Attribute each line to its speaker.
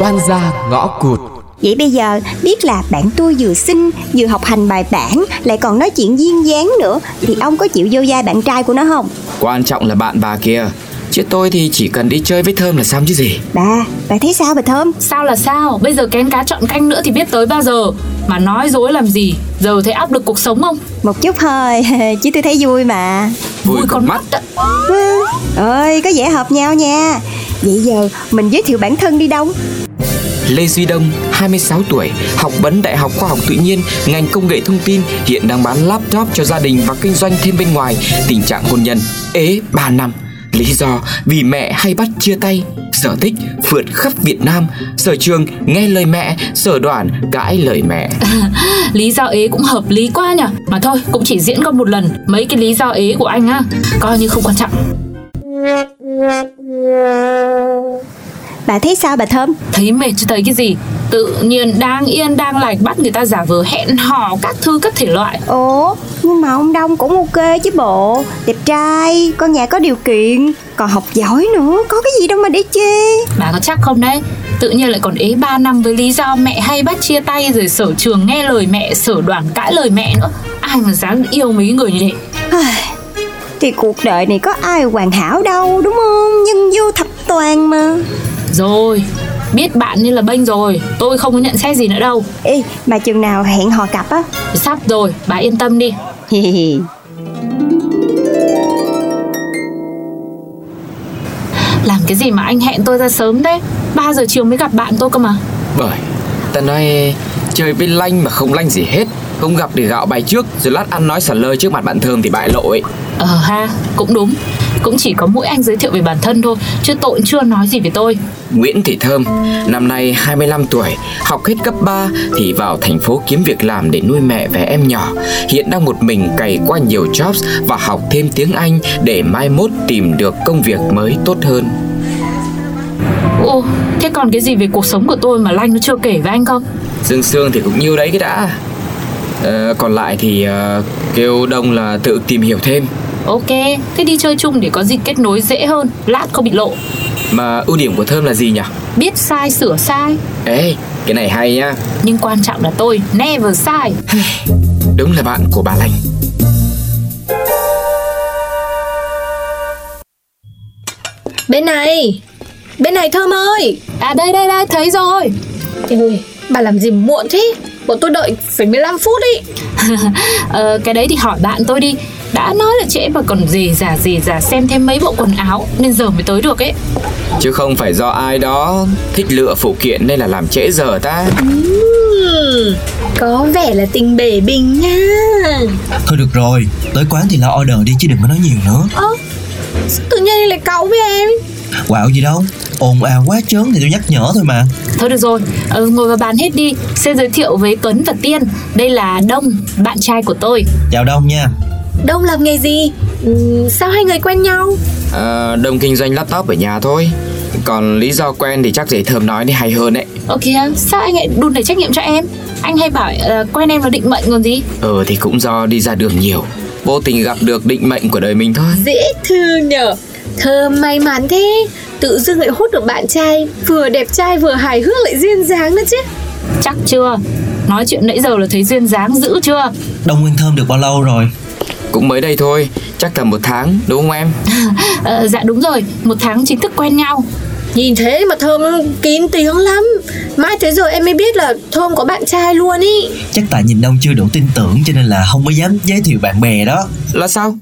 Speaker 1: oan gia ngõ cụt
Speaker 2: Vậy bây giờ biết là bạn tôi vừa xinh Vừa học hành bài bản Lại còn nói chuyện duyên dáng nữa Thì ông có chịu vô vai bạn trai của nó không
Speaker 3: Quan trọng là bạn bà kia Chứ tôi thì chỉ cần đi chơi với Thơm là xong chứ gì
Speaker 2: Bà, bà thấy sao bà Thơm
Speaker 4: Sao là sao Bây giờ kén cá chọn canh nữa thì biết tới bao giờ Mà nói dối làm gì Giờ thấy áp lực cuộc sống không
Speaker 2: Một chút thôi Chứ tôi thấy vui mà
Speaker 3: Vui con mắt
Speaker 4: ạ.
Speaker 2: Ừ, ơi có vẻ hợp nhau nha Vậy giờ mình giới thiệu bản thân đi đâu
Speaker 3: Lê Duy Đông, 26 tuổi, học vấn Đại học Khoa học Tự nhiên, ngành công nghệ thông tin, hiện đang bán laptop cho gia đình và kinh doanh thêm bên ngoài, tình trạng hôn nhân ế 3 năm. Lý do vì mẹ hay bắt chia tay, sở thích phượt khắp Việt Nam, sở trường nghe lời mẹ, sở đoản cãi lời mẹ.
Speaker 4: Lý do ế cũng hợp lý quá nhở Mà thôi cũng chỉ diễn có một lần Mấy cái lý do ế của anh á Coi như không quan trọng
Speaker 2: Bà thấy sao bà Thơm
Speaker 4: Thấy mệt chứ thấy cái gì Tự nhiên đang yên đang lành Bắt người ta giả vờ hẹn hò các thứ các thể loại
Speaker 2: Ủa nhưng mà ông Đông cũng ok chứ bộ Đẹp trai, con nhà có điều kiện Còn học giỏi nữa Có cái gì đâu mà để chê
Speaker 4: Bà có chắc không đấy Tự nhiên lại còn ế 3 năm với lý do mẹ hay bắt chia tay Rồi sở trường nghe lời mẹ Sở đoàn cãi lời mẹ nữa Ai mà dám yêu mấy người như thế
Speaker 2: Thì cuộc đời này có ai hoàn hảo đâu đúng không Nhân vô thập toàn mà
Speaker 4: Rồi Biết bạn như là bênh rồi Tôi không có nhận xét gì nữa đâu
Speaker 2: Ê mà chừng nào hẹn hò cặp á
Speaker 4: Sắp rồi bà yên tâm đi
Speaker 2: Hi hi hi.
Speaker 4: Làm cái gì mà anh hẹn tôi ra sớm thế 3 giờ chiều mới gặp bạn tôi cơ mà
Speaker 3: Bởi, ta nói chơi với lanh mà không lanh gì hết, không gặp thì gạo bài trước, rồi lát ăn nói xả lơi trước mặt bạn Thơm thì bại lộ ấy.
Speaker 4: Ờ ha cũng đúng Cũng chỉ có mỗi anh giới thiệu về bản thân thôi Chứ tôi cũng chưa nói gì về tôi
Speaker 3: Nguyễn Thị Thơm, năm nay 25 tuổi, học hết cấp 3 thì vào thành phố kiếm việc làm để nuôi mẹ và em nhỏ. Hiện đang một mình cày qua nhiều jobs và học thêm tiếng Anh để mai mốt tìm được công việc mới tốt hơn.
Speaker 4: Ồ thế còn cái gì về cuộc sống của tôi mà Lanh nó chưa kể với anh không
Speaker 3: Dương Sương thì cũng như đấy cái đã. Ờ, còn lại thì ờ, kêu đông là tự tìm hiểu thêm.
Speaker 4: Ok, thế đi chơi chung để có gì kết nối dễ hơn, lát không bị lộ.
Speaker 3: Mà ưu điểm của Thơm là gì nhỉ?
Speaker 4: Biết sai sửa sai,
Speaker 3: Ê, cái này hay nhá.
Speaker 4: nhưng quan trọng là tôi never sai.
Speaker 3: Đúng là bạn của bà Lành.
Speaker 5: Bên này Bên này Thơm ơi
Speaker 4: À đây đây đây, thấy rồi.
Speaker 5: Ôi, bà làm gì muộn thế Bọn tôi đợi phải 15 phút ý
Speaker 4: ờ, cái đấy thì hỏi bạn tôi đi. Đã nói là trễ mà còn gì giả gì giả xem thêm mấy bộ quần áo nên giờ mới tới được ấy.
Speaker 3: Chứ không phải do ai đó thích lựa phụ kiện nên là làm trễ giờ ta.
Speaker 5: Ừm, Có vẻ là tình bể bình nha
Speaker 6: Thôi được rồi, tới quán thì lo order đi chứ đừng có nói nhiều nữa
Speaker 5: Ơ sao Tự nhiên lại cáu với em
Speaker 6: Quạo gì đâu, ồn ào quá chớn thì tôi nhắc nhở thôi mà
Speaker 4: Thôi được rồi, ờ, ngồi vào bàn hết đi. Sẽ giới thiệu với Tuấn và Tiên. Đây là Đông, bạn trai của tôi.
Speaker 6: Chào Đông nha
Speaker 5: Đông làm nghề gì Ừm, Sao hai người quen nhau
Speaker 3: Ờ, đông kinh doanh laptop ở nhà thôi Còn lý do quen thì chắc để Thơm nói thì hay hơn đấy
Speaker 4: Ok, sao anh lại đùn đẩy trách nhiệm cho em? Anh hay bảo ờ, quen em là định mệnh còn gì?
Speaker 3: Ờ thì cũng do đi ra đường nhiều Vô tình gặp được định mệnh của đời mình thôi
Speaker 5: Dễ thương nhở Thơm may mắn thế Tự dưng lại hút được bạn trai Vừa đẹp trai vừa hài hước lại duyên dáng nữa chứ
Speaker 4: Chắc chưa? Nói chuyện nãy giờ là thấy duyên dáng dữ chưa?
Speaker 6: Đông Nguyên Thơm được bao lâu rồi
Speaker 3: Cũng mới đây thôi Chắc tầm một tháng đúng không em
Speaker 4: Ờ, dạ đúng rồi, một tháng chính thức quen nhau
Speaker 5: Nhìn thế mà Thơm kín tiếng lắm Mãi tới giờ em mới biết là Thơm có bạn trai luôn ý
Speaker 6: Chắc tại nhìn Đông chưa đủ tin tưởng cho nên là không mới dám giới thiệu bạn bè đó
Speaker 3: Là sao